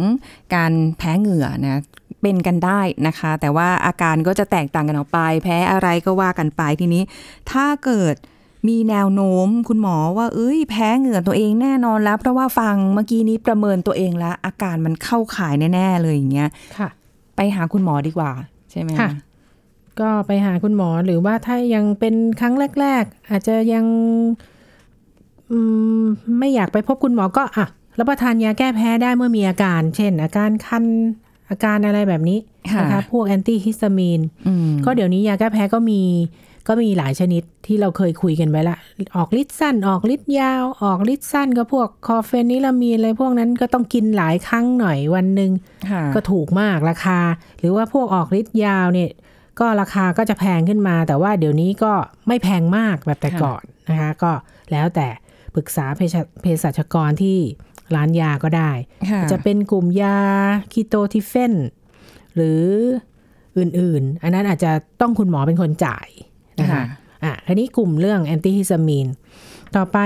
[SPEAKER 2] การแพ้เหงื่อนะเป็นกันได้นะคะ แต่ว่าอาการก็จะแตกต่างกันออกไป แพ้อะไรก็ว่ากันไปทีนี้ ถ้าเกิดมีแนวโน้มคุณหมอว่าเอ้ยแพ้เหงื่อตัวเองแน่นอนแล้วเพราะว่าฟังเมื่อกี้นี้ประเมินตัวเองแล้วอาการมันเข้าข่ายแน่ๆเลยอย่างเงี้ย
[SPEAKER 3] ค่ะ
[SPEAKER 2] ไปหาคุณหมอดีกว่า ใช่ไหม
[SPEAKER 3] ค่ะ ก็ไปหาคุณหมอหรือว่าถ้ายังเป็นครั้งแรก ๆ อาจจะยังอืมไม่อยากไปพบคุณหมอก็อ่ะรับประทานยาแก้แพ้ได้เมื่อมีอาการ เช่น อาการคันอาการอะไรแบบนี้
[SPEAKER 2] ค่ะ
[SPEAKER 3] นะคะพวกแอนตี้ฮิสตามีน
[SPEAKER 2] อืม
[SPEAKER 3] ก็เดี๋ยวนี้ยาแก้แพ้ก็มีก็มีหลายชนิดที่เราเคยคุยกันไว้ละ ออกฤทธิ์สั้น ออกฤทธิ์ยาว ออกฤทธิ์สั้นก็พวกคอร์เฟนิลามีนอะไรพวกนั้นก็ต้องกินหลายครั้งหน่อยวันหนึ่ง
[SPEAKER 2] ค่ะ
[SPEAKER 3] ก็ถูกมากราคา หรือว่าพวกออกฤทธิ์ยาวเนี่ยก็ราคาก็จะแพงขึ้นมา แต่ว่าเดี๋ยวนี้ก็ไม่แพงมากแบบแต่ก่อนนะคะ ก็แล้วแต่ปรึกษาเภสัชเภสัชกรที่ร้านยาก็ได้
[SPEAKER 2] ค่
[SPEAKER 3] จะเป็นกลุ่มยาคีโตทิเฟนหรืออื่นๆ อันนั้นอาจจะต้องคุณหมอเป็นคนจ่ายนะคะ อ่ะทีนี้กลุ่มเรื่องแอนติฮิสตามีน ต่อไป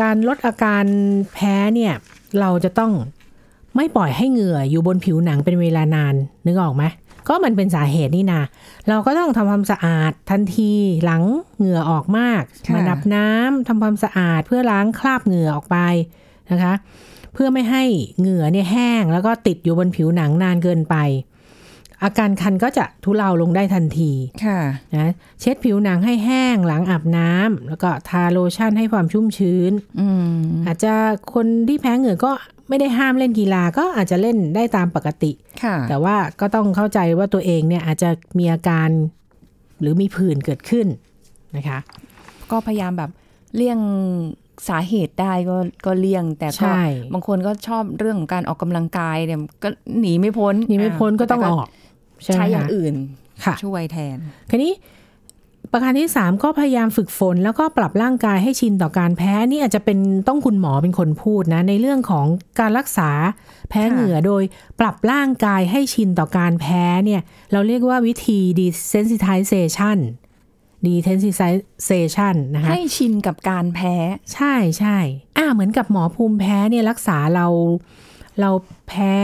[SPEAKER 3] การลดอาการแพ้เนี่ย เราจะต้องไม่ปล่อยให้เหงื่ออยู่บนผิวหนังเป็นเวลานาน นึกออกไหม ก็มันเป็นสาเหตุนี่นาเราก็ต้องทำความสะอาดทันทีหลังเหงื่อออกมาก มาดับน้ำทำความสะอาดเพื่อล้างคราบเหงื่อออกไปนะคะ เพื่อไม่ให้เหงื่อเนี่ยแห้ง แล้วก็ติดอยู่บนผิวหนังนานเกินไป อาการคันก็จะทุเลาลงได้ทันที
[SPEAKER 2] ค่ะ
[SPEAKER 3] นะเช็ดผิวหนังให้แห้งหลังอาบน้ำแล้วก็ทาโลชั่นให้ความชุ่มชื้น
[SPEAKER 2] อืม
[SPEAKER 3] อาจจะคนที่แพ้เหงื่อก็ไม่ได้ห้ามเล่นกีฬาก็อาจจะเล่นได้ตามปกติ
[SPEAKER 2] ค่ะ
[SPEAKER 3] แต่ว่าก็ต้องเข้าใจว่าตัวเองเนี่ยอาจจะมีอาการหรือมีผื่นเกิดขึ้นนะคะ
[SPEAKER 2] ก็พยายามแบบเลี่ยงสาเหตุได้ก็ก็เลี่ยงแต่ก็
[SPEAKER 3] ใช่
[SPEAKER 2] บางคนก็ชอบเรื่องของการออกกำลังกายเนี่ยก็หนีไม่พ้น
[SPEAKER 3] หนี่ไม่พ้นก็ต้องออก ใช่ไหม
[SPEAKER 2] ใช้อย่า
[SPEAKER 3] คะ
[SPEAKER 2] งอื่น
[SPEAKER 3] ค่ะ
[SPEAKER 2] ช่วยแทน
[SPEAKER 3] คันนี้ประการที่ 3 ก็พยายามฝึกฝน แล้วก็ปรับร่างกายให้ชินต่อการแพ้นี่อาจจะเป็นต้องคุณหมอเป็นคนพูดนะ ในเรื่องของการรักษาแพ้
[SPEAKER 2] ค่ะ
[SPEAKER 3] เหงื่อโดยปรับร่างกายให้ชินต่อการแพ้เนี่ยเราเรียกว่าวิธี desensitization desensitization นะคะ
[SPEAKER 2] ให้ชินกับการแพ้
[SPEAKER 3] ใช่ใช่อ่าเหมือนกับหมอภูมิแพ้เนี่ยรักษาเรา เราแพ้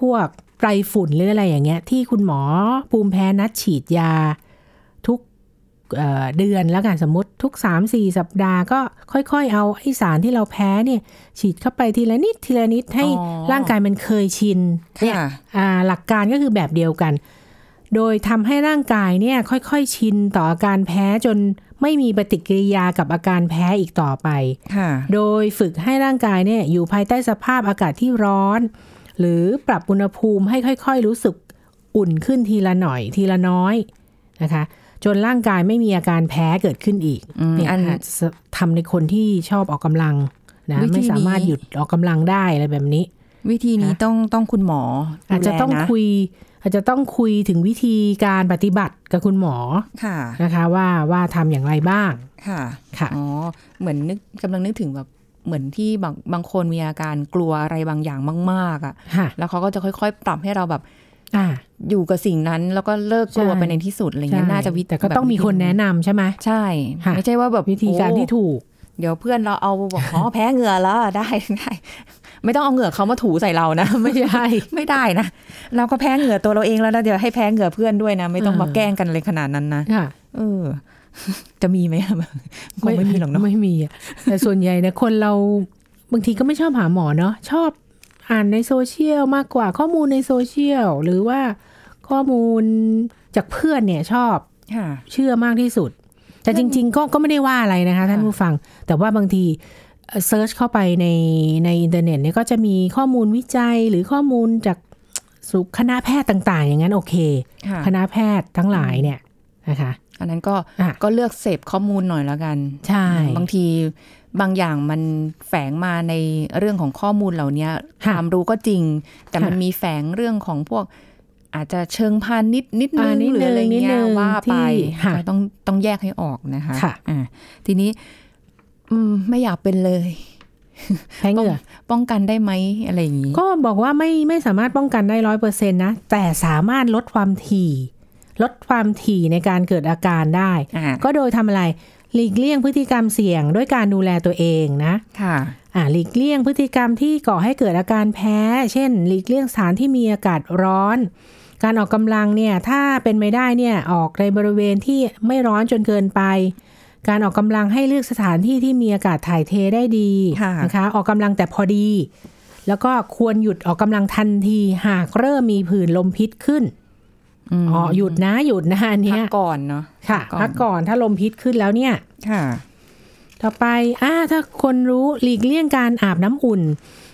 [SPEAKER 3] พวกไตรฝุ่นหรืออะไรอย่างเงี้ย ที่คุณหมอภูมิแพ้นัดฉีดยาทุกเอ่อเดือนแล้วกันสมมติทุก 3-4 สัปดาห์ก็ค่อยๆ เอาไอสารที่เราแพ้เนี่ย ฉีดเข้าไปทีละนิดทีละนิดให้
[SPEAKER 2] อ๋อ
[SPEAKER 3] ร่างกายมันเคยชินเนี่ย
[SPEAKER 2] ค่ะ
[SPEAKER 3] อ่าหลักการก็คือแบบเดียวกัน โดยทำให้ร่างกายเนี่ยค่อยๆชินต่ออาการแพ้จนไม่มีปฏิกิริยากับอาการแพ้อีกต่อไป
[SPEAKER 2] ค่ะ
[SPEAKER 3] โดยฝึกให้ร่างกายเนี่ยอยู่ภายใต้สภาพอากาศที่ร้อน หรือปรับอุณหภูมิให้ค่อยๆ รู้สึกอุ่นขึ้นทีละหน่อยทีละน้อยนะคะ จนร่างกายไม่มีอาการแพ้เกิดขึ้นอีก
[SPEAKER 2] อืม
[SPEAKER 3] เนี่ย
[SPEAKER 2] อัน
[SPEAKER 3] ค่ะจะทำในคนที่ชอบออกกำลังนะ
[SPEAKER 2] วิธีนี้
[SPEAKER 3] ไม่สามารถหยุดออกกำลังได้อะไรแบบนี้
[SPEAKER 2] วิธีนี้
[SPEAKER 3] ค่ะ
[SPEAKER 2] ต้องต้องคุณหมอ
[SPEAKER 3] อาจจะต้อง
[SPEAKER 2] ดูแลน
[SPEAKER 3] คุย อาจจะต้องคุยถึงวิธีการปฏิบัติกับคุณหมอ
[SPEAKER 2] ค่ะ
[SPEAKER 3] นะคะว่าว่าทำอย่างไรบ้าง
[SPEAKER 2] ค่ะ
[SPEAKER 3] ค่ะ
[SPEAKER 2] อ๋อ เหมือนนึกกำลังนึกถึงแบบเหมือนที่บางบางคนมีอาการกลัวอะไรบางอย่างมาก ๆอะ่ะ
[SPEAKER 3] ค่ะ
[SPEAKER 2] แล้วเขาก็จะค่อยๆ ปรับให้เราแบบ
[SPEAKER 3] อ่า
[SPEAKER 2] อยู่กับสิ่งนั้น แล้วก็เลิกกลัว
[SPEAKER 3] ใช่
[SPEAKER 2] ไปในที่สุดอะไรเงี้ยน่าจะวิ
[SPEAKER 3] แต่ก็ต้องมีคนแนะนำใช่ไหม
[SPEAKER 2] ใช่
[SPEAKER 3] ค่ะ
[SPEAKER 2] ไม่ใช่ว่าแบบ
[SPEAKER 3] วิธีการที่
[SPEAKER 2] โอ้
[SPEAKER 3] ถูก
[SPEAKER 2] เดี๋ยวเพื่อนเราเอาบอก อ๋อแพ้เหงื่อแล้ว ได้ได้ ไม่ต้องเอาเหงื่อเขามาถูใส่เรานะ
[SPEAKER 3] ไม่ใช่
[SPEAKER 2] ไม่ได้นะ เราก็แพ้เหงื่อตัวเราเองแล้วนะเดี๋ยวให้แพ้เหงื่อเพื่อนด้วยนะ ไม่ต้องมา
[SPEAKER 3] เออ
[SPEAKER 2] แกล้งกันเลยขนาดนั้นนะ
[SPEAKER 3] ค่ะ
[SPEAKER 2] เออ จะมีไหมอะ คงไม่มีหรอกเนาะ
[SPEAKER 3] ไม่มีอะแต่ส่วนใหญ่เนะคนเราบางทีก็ไม่ชอบหาหมอเนาะชอบอ่านในโซเชียลมากกว่าข้อมูลในโซเชียล หรือว่าข้อมูลจากเพื่อนเนี่ยชอบ
[SPEAKER 2] ค่ะ
[SPEAKER 3] เชื่อมากที่สุด แต่จริง ๆ ก็ก็ไม่ได้ว่าอะไรนะคะ ท่าน
[SPEAKER 2] ค่ะ
[SPEAKER 3] ผู้ฟัง แต่ว่าบางทีเซิร์ชเข้าไปในในอินเทอร์เน็ตเนี่ยก็จะมีข้อมูลวิจัยหรือข้อมูลจากสุขคณะแพทย์ต่าง ๆ อย่างนั้นโอเค
[SPEAKER 2] ค่ะ
[SPEAKER 3] คณะแพทย์ทั้งหลายเนี่ยนะคะ
[SPEAKER 2] อันนั้นก็
[SPEAKER 3] อ่ะ
[SPEAKER 2] ก็เลือกเสพข้อมูลหน่อยแล้วกัน
[SPEAKER 3] ใช่
[SPEAKER 2] บางทีบางอย่างมันแฝงมาในเรื่องของข้อมูลเหล่านี้
[SPEAKER 3] ค่ะ
[SPEAKER 2] ความรู้ก็จริง แต่
[SPEAKER 3] ค่ะ
[SPEAKER 2] มันมีแฝงเรื่องของพวก อาจจะเชิงพาณิชย์นิดนึ
[SPEAKER 3] อ่าง นิด
[SPEAKER 2] หรืออะไร
[SPEAKER 3] นึงนิด
[SPEAKER 2] เงี้
[SPEAKER 3] นึ
[SPEAKER 2] ย
[SPEAKER 3] ง
[SPEAKER 2] ว่าไป
[SPEAKER 3] ที่ค่ะ
[SPEAKER 2] ก็ต้องต้องแยกให้ออกนะคะ
[SPEAKER 3] ค่ะ
[SPEAKER 2] อ่าทีนี้ อืม ไม่อยากเป็นเลย
[SPEAKER 3] แพ้เหงื่อ
[SPEAKER 2] ป้องกันได้ไหมอะไรอย่างนี้
[SPEAKER 3] ก็บอกว่าไม่ไม่สามารถป้องกันได้ร้อยเปอร์เซ็นต์นะ แต่สามารถลดความถี่ ลดความถี่ในการเกิดอาการได้
[SPEAKER 2] อ่า
[SPEAKER 3] ก็โดยทำอะไรหลีกเลี่ยงพฤติกรรมเสี่ยงด้วยการดูแลตัวเองนะ
[SPEAKER 2] ค่ะ
[SPEAKER 3] อ่าหลีกเลี่ยงพฤติกรรมที่ก่อให้เกิดอาการแพ้ เช่น หลีกเลี่ยงสถานที่มีอากาศร้อน การออกกำลังเนี่ยถ้าเป็นไม่ได้เนี่ยออกในบริเวณที่ไม่ร้อนจนเกินไป การออกกำลังให้เลือกสถานที่ที่มีอากาศถ่ายเทได้ดี
[SPEAKER 2] ค่ะ
[SPEAKER 3] นะคะ ออกกำลังแต่พอดี แล้วก็ควรหยุดออกกำลังทันทีหากเริ่มมีผื่นลมพิษขึ้น
[SPEAKER 2] ม
[SPEAKER 3] อ๋อหยุดนะหยุดนะอัน
[SPEAKER 2] พั
[SPEAKER 3] เนี้
[SPEAKER 2] ก
[SPEAKER 3] ย
[SPEAKER 2] ก่อนเนาะ
[SPEAKER 3] ค่ะพักก่อนถ้าลมพิษขึ้นแล้วเนี่ย
[SPEAKER 2] ค่ะ
[SPEAKER 3] ต่อไปอ่าถ้าคนรู้หลีกเลี่ยงการอาบน้ำอุ่น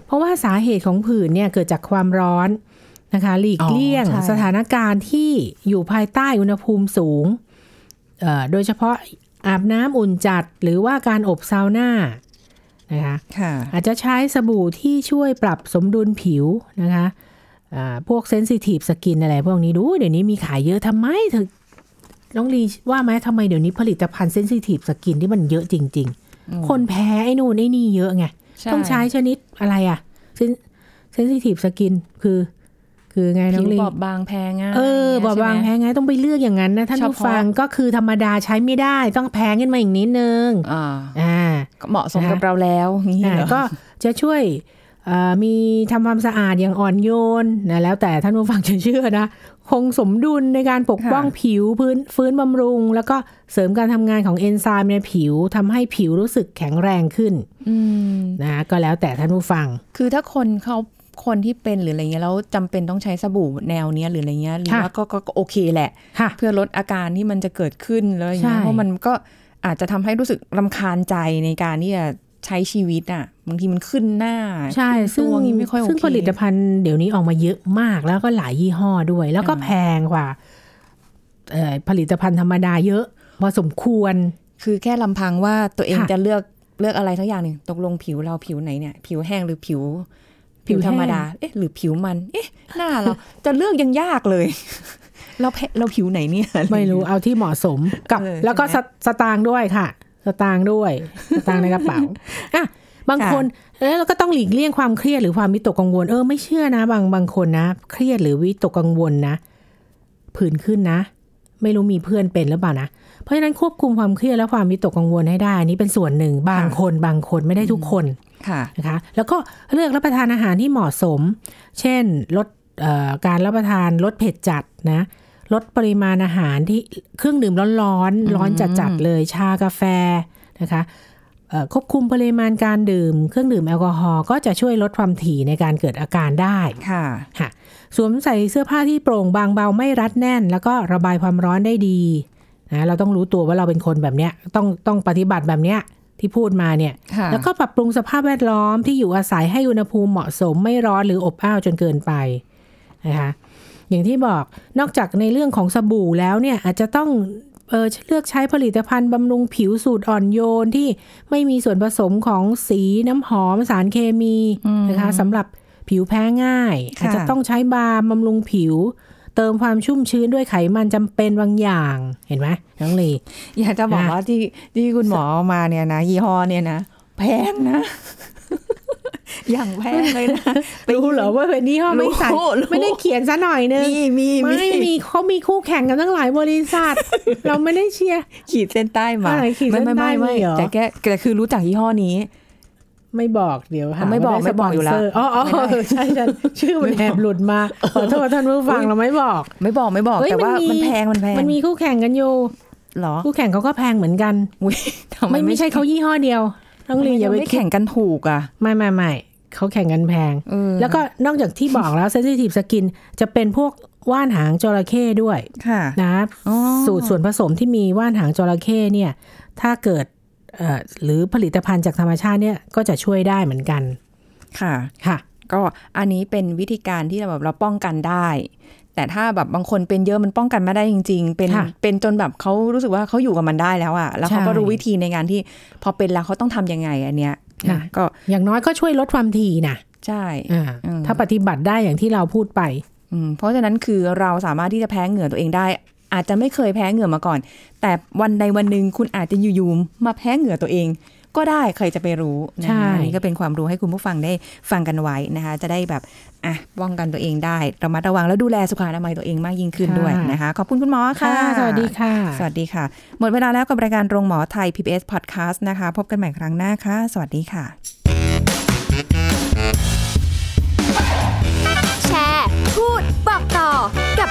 [SPEAKER 3] เพราะว่าสาเหตุของผื่นเนี่ยเกิดจากความร้อนนะคะ หลีกเลี่ยง
[SPEAKER 2] อ๋อใช่
[SPEAKER 3] สถานการณ์ที่อยู่ภายใต้อุณหภูมิสูงเอ่อโดยเฉพาะอาบน้ำอุ่นจัดหรือว่าการอบซาวน่านะคะ
[SPEAKER 2] ค่ะ
[SPEAKER 3] อาจจะใช้สบู่ที่ช่วยปรับสมดุลผิวนะคะอ่าพวกเซนซิทีฟสกินอะไรพวกนี้ดูเดี๋ยวนี้มีขายเยอะทำไมเธอน้องลีว่าไหมทำไมเดี๋ยวนี้ผลิตภัณฑ์เซนซิทีฟสกินที่มันเยอะจริง ๆ คนแพ้ไอ้นู่นไอ้นี่เยอะไง ต้องใช้ชนิดอะไรอะเซนซิทีฟสกินคือ คือไงน้
[SPEAKER 2] ผิ
[SPEAKER 3] อ
[SPEAKER 2] ว
[SPEAKER 3] งลี
[SPEAKER 2] บอบบางแพ้ง่าย
[SPEAKER 3] เออ
[SPEAKER 2] เนี่ย
[SPEAKER 3] บอบบาง
[SPEAKER 2] ใช่
[SPEAKER 3] แพ้
[SPEAKER 2] ไหม
[SPEAKER 3] ไงต้องไปเลือกอย่างนั้นนะท่าน
[SPEAKER 2] เฉ
[SPEAKER 3] ผู้
[SPEAKER 2] พาะ
[SPEAKER 3] ฟังก็คือธรรมดาใช้ไม่ได้ต้องแพงขึ้นมาอีกนิดนึง
[SPEAKER 2] อ่า
[SPEAKER 3] อ่า
[SPEAKER 2] ก็เหมาะสมกับเราแล้วนี่
[SPEAKER 3] อ่า
[SPEAKER 2] เหรอ
[SPEAKER 3] ก็จะช่วยเอ่อมีทำความสะอาดอย่างอ่อนโยนนะแล้วแต่ท่านผู้ฟังจะเชื่อนะ คงสมดุลในการปกป้องผิวพื้นฟื้นบำรุง แล้วก็เสริมการทำงานของเอนไซม์ในผิวทำให้ผิวรู้สึกแข็งแรงขึ้น
[SPEAKER 2] อืม
[SPEAKER 3] นะก็แล้วแต่ท่านผู้ฟัง
[SPEAKER 2] คือถ้าคนเขาคนที่เป็นหรืออะไรเงี้ยแล้วจำเป็นต้องใช้สบู่แนวเนี้ยหรืออะไรเงี้ยหรือ
[SPEAKER 3] ค่ะ
[SPEAKER 2] ว่าก็ก็ก็โอเคแหละ
[SPEAKER 3] ค่ะ
[SPEAKER 2] เพื่อลดอาการที่มันจะเกิดขึ้นแล้วอย่างเงี้ย
[SPEAKER 3] ใช่
[SPEAKER 2] เพราะมันก็อาจจะทำให้รู้สึกรำคาญใจในการที่จะใช้ชีวิตอ่ะบางทีมันขึ้นหน้า
[SPEAKER 3] ใช่
[SPEAKER 2] ขึ้น
[SPEAKER 3] ซึ่ง
[SPEAKER 2] ตัวอย่างงี้ไม่ค่อยโอเค
[SPEAKER 3] ซึ่งผลิตภัณฑ์เดี๋ยวนี้ออกมาเยอะมากแล้วก็หลายยี่ห้อด้วย แล้วก็
[SPEAKER 2] อ่า
[SPEAKER 3] แพงกว่าเอ่อผลิตภัณฑ์ธรรมดาเยอะพอสมควร
[SPEAKER 2] คือแค่ลำพังว่าตัวเอง
[SPEAKER 3] ค่ะ
[SPEAKER 2] จะเลือกเลือกอะไรสักอย่างหนึ่งตกลงผิวเราผิวไหนเนี่ย ผิวแห้งหรือผิว ผิวธรรมดา เอ๊ะ หรือผิวมัน เอ๊ะ หน้าเรา จะเลือกยังยากเลย เราแพ้เราผิวไหนเนี่ย
[SPEAKER 3] ไม่รู้เอาที่เหมาะสมกับ
[SPEAKER 2] เออ
[SPEAKER 3] แล้วก็
[SPEAKER 2] ใช่ไหม
[SPEAKER 3] สสตางค์ด้วยค่ะ สตางค์ด้วย สตางค์ในกระ เป๋าอ่ะบาง
[SPEAKER 2] ค่ะ
[SPEAKER 3] คนเออเราก็ต้องหลีกเลี่ยงความเครียดหรือความวิตกกังวลเออไม่เชื่อนะ บางบางคนนะ เครียดหรือวิตกกังวลนะผื่นขึ้นนะ ไม่รู้มีเพื่อนเป็นหรือเปล่านะเพราะฉะนั้นควบคุมความเครียดและความวิตกกังวลให้ได้อันนี้เป็นส่วนหนึ่งบางคนบางคนไม่ได้ทุกคน
[SPEAKER 2] ค่ะ
[SPEAKER 3] นะคะแล้วก็เลือกรับประทานอาหารที่เหมาะสม เช่นลดเอ่อการรับประทานลดเผ็ดจัดนะลดปริมาณอาหารที่เครื่องดื่มร้อนๆร้อนจัดจัดๆเลยชากาแฟนะคะเอ่อควบคุมปริมาณการดื่ม เครื่องดื่มแอลกอฮอล์ก็จะช่วยลดความถี่ในการเกิดอาการได้
[SPEAKER 2] ค่ะ
[SPEAKER 3] ค่ะ สวมใส่เสื้อผ้าที่โปร่งบางเบาไม่รัดแน่น แล้วก็ระบายความร้อนได้ดีนะเราต้องรู้ตัวว่าเราเป็นคนแบบเนี้ยต้องต้องปฏิบัติแบบเนี้ยที่พูดมาเนี่ย
[SPEAKER 2] ค่ะ
[SPEAKER 3] แล้วก็ปรับปรุงสภาพแวดล้อมที่อยู่อาศัยให้อุณหภูมิเหมาะสมไม่ร้อนหรืออบอ้าวจนเกินไปนะคะอย่างที่บอกนอกจากในเรื่องของสบู่แล้วเนี่ยอาจจะต้องเออเลือกใช้ผลิตภัณฑ์บำรุงผิวสูตรอ่อนโยนที่ไม่มีส่วนผสมของสีน้ำหอมสารเคมีนะคะสำหรับผิวแพ้ง่าย
[SPEAKER 2] ค่ะ
[SPEAKER 3] อาจจะต้องใช้บาร์บำรุงผิว เติมความชุ่มชื้นด้วยไขมันจำเป็นบางอย่างเห็นไหมน้องลี
[SPEAKER 2] อยากจะบอก
[SPEAKER 3] อ่ะ
[SPEAKER 2] ว่าที่ที่คุณหมอเอามาเนี่ยนะ ยี่ห้อเนี่ยนะ แพงนะ อย่างแพงเลยนะ
[SPEAKER 3] รู้เหรอว่าเป็นยี่ห้อไม่ใส่
[SPEAKER 2] รู้รู้
[SPEAKER 3] ไม่ได้เขียนซะหน่อยนึง
[SPEAKER 2] มีมี
[SPEAKER 3] ไม่มีเขามีคู่แข่งกันตั้งหลายบริษั ท เราไม่ได้เชียร์
[SPEAKER 2] ขีดเส้นใต้มา
[SPEAKER 3] อะไรขีดเส้นใต้มีเหรอ
[SPEAKER 2] แต่แกแต่คือรู้จักยี่ห้อนี้
[SPEAKER 3] ไม่บอกเดี๋ยวหา
[SPEAKER 2] ไม่บอก
[SPEAKER 3] ว่าด้
[SPEAKER 2] ไม่บอกอยู่แล้ว
[SPEAKER 3] สปนเซร์อ๋ออ๋อ
[SPEAKER 2] ไม่ได้
[SPEAKER 3] ใช่ใช่ชื่อมันแอบหลุดมาขอโทษท่านผู้ฟัง
[SPEAKER 2] อุ๊ย
[SPEAKER 3] เราไม่บอก
[SPEAKER 2] ไม่บอกไม่บอก
[SPEAKER 3] เฮ้ย
[SPEAKER 2] แต่ว่ามันแพงมันแพง
[SPEAKER 3] มันมีคู่แข่งกันอยู่
[SPEAKER 2] เหรอ
[SPEAKER 3] คู่แข่งเขาก็แพงเหมือนกัน
[SPEAKER 2] อุ๊ยทำไม
[SPEAKER 3] ไม่ไม่ใช่เขายี่ห้อเดียวต้องลี
[SPEAKER 2] ทำม
[SPEAKER 3] อย่าไป
[SPEAKER 2] ไม่
[SPEAKER 3] คิด
[SPEAKER 2] แข่งกันถูกอ่ะ
[SPEAKER 3] ไม่ไม่ไม่เขาแข่งกันแพง
[SPEAKER 2] เออ
[SPEAKER 3] แล้วก็นอกจากที่บอกแล้วเซนซิทีฟสกินจะเป็นพวกว่านหางจระเข้ด้วย
[SPEAKER 2] ค่ะ
[SPEAKER 3] นะ
[SPEAKER 2] อ๋อ
[SPEAKER 3] สูตรส่วนผสมที่มีว่านหางจระเข้เนี่ยถ้าเกิดเอ่อหรือผลิตภัณฑ์จากธรรมชาติเนี่ยก็จะช่วยได้เหมือนกัน
[SPEAKER 2] ค่ะ
[SPEAKER 3] ค่ะ
[SPEAKER 2] ก็อันนี้เป็นวิธีการที่แบบเราป้องกันได้ แต่ถ้าแบบบางคนเป็นเยอะมันป้องกันไม่ได้จริง ๆ เป็น
[SPEAKER 3] ค่ะ
[SPEAKER 2] เป็นจนแบบเขารู้สึกว่าเขาอยู่กับมันได้แล้วอะแล้วเขาก็
[SPEAKER 3] ใช่
[SPEAKER 2] รู้วิธีในการที่พอเป็นแล้วเขาต้องทำยังไงอันเนี้ย
[SPEAKER 3] ค่ะ
[SPEAKER 2] ก็
[SPEAKER 3] อย่างน้อยก็ช่วยลดความถี่นะ
[SPEAKER 2] ใช่
[SPEAKER 3] อ่า
[SPEAKER 2] อืม
[SPEAKER 3] ถ้าปฏิบัติได้อย่างที่เราพูดไป
[SPEAKER 2] อืมเพราะฉะนั้นคือเราสามารถที่จะแพ้เหงื่อตัวเองได้ อาจจะไม่เคยแพ้เหงื่อมาก่อน แต่วันใดวันหนึ่งคุณอาจจะอยู่ๆมาแพ้เหงื่อตัวเอง ก็ได้ใครจะไปรู้นะ
[SPEAKER 3] ใช่
[SPEAKER 2] คะอันนี้ก็เป็นความรู้ให้คุณผู้ฟังได้ฟังกันไว้นะคะ จะได้แบบอ่ะป้องกันตัวเองได้ระมัดระวังแล้วดูแลสุขอนามัยตัวเองมากยิ่งขึ้นด้วยนะคะ ขอบคุณคุณหมอค่ะ
[SPEAKER 3] สวัสดีค่ะ
[SPEAKER 2] สวัสดีค่ะ หมดเวลาแล้วกับรายการโรงหมอไทย PBS Podcast นะคะ พบกันใหม่ครั้งหน้าค่ะ สวัสดีค่ะ
[SPEAKER 1] แชร์ พูด บอกต่อ กับ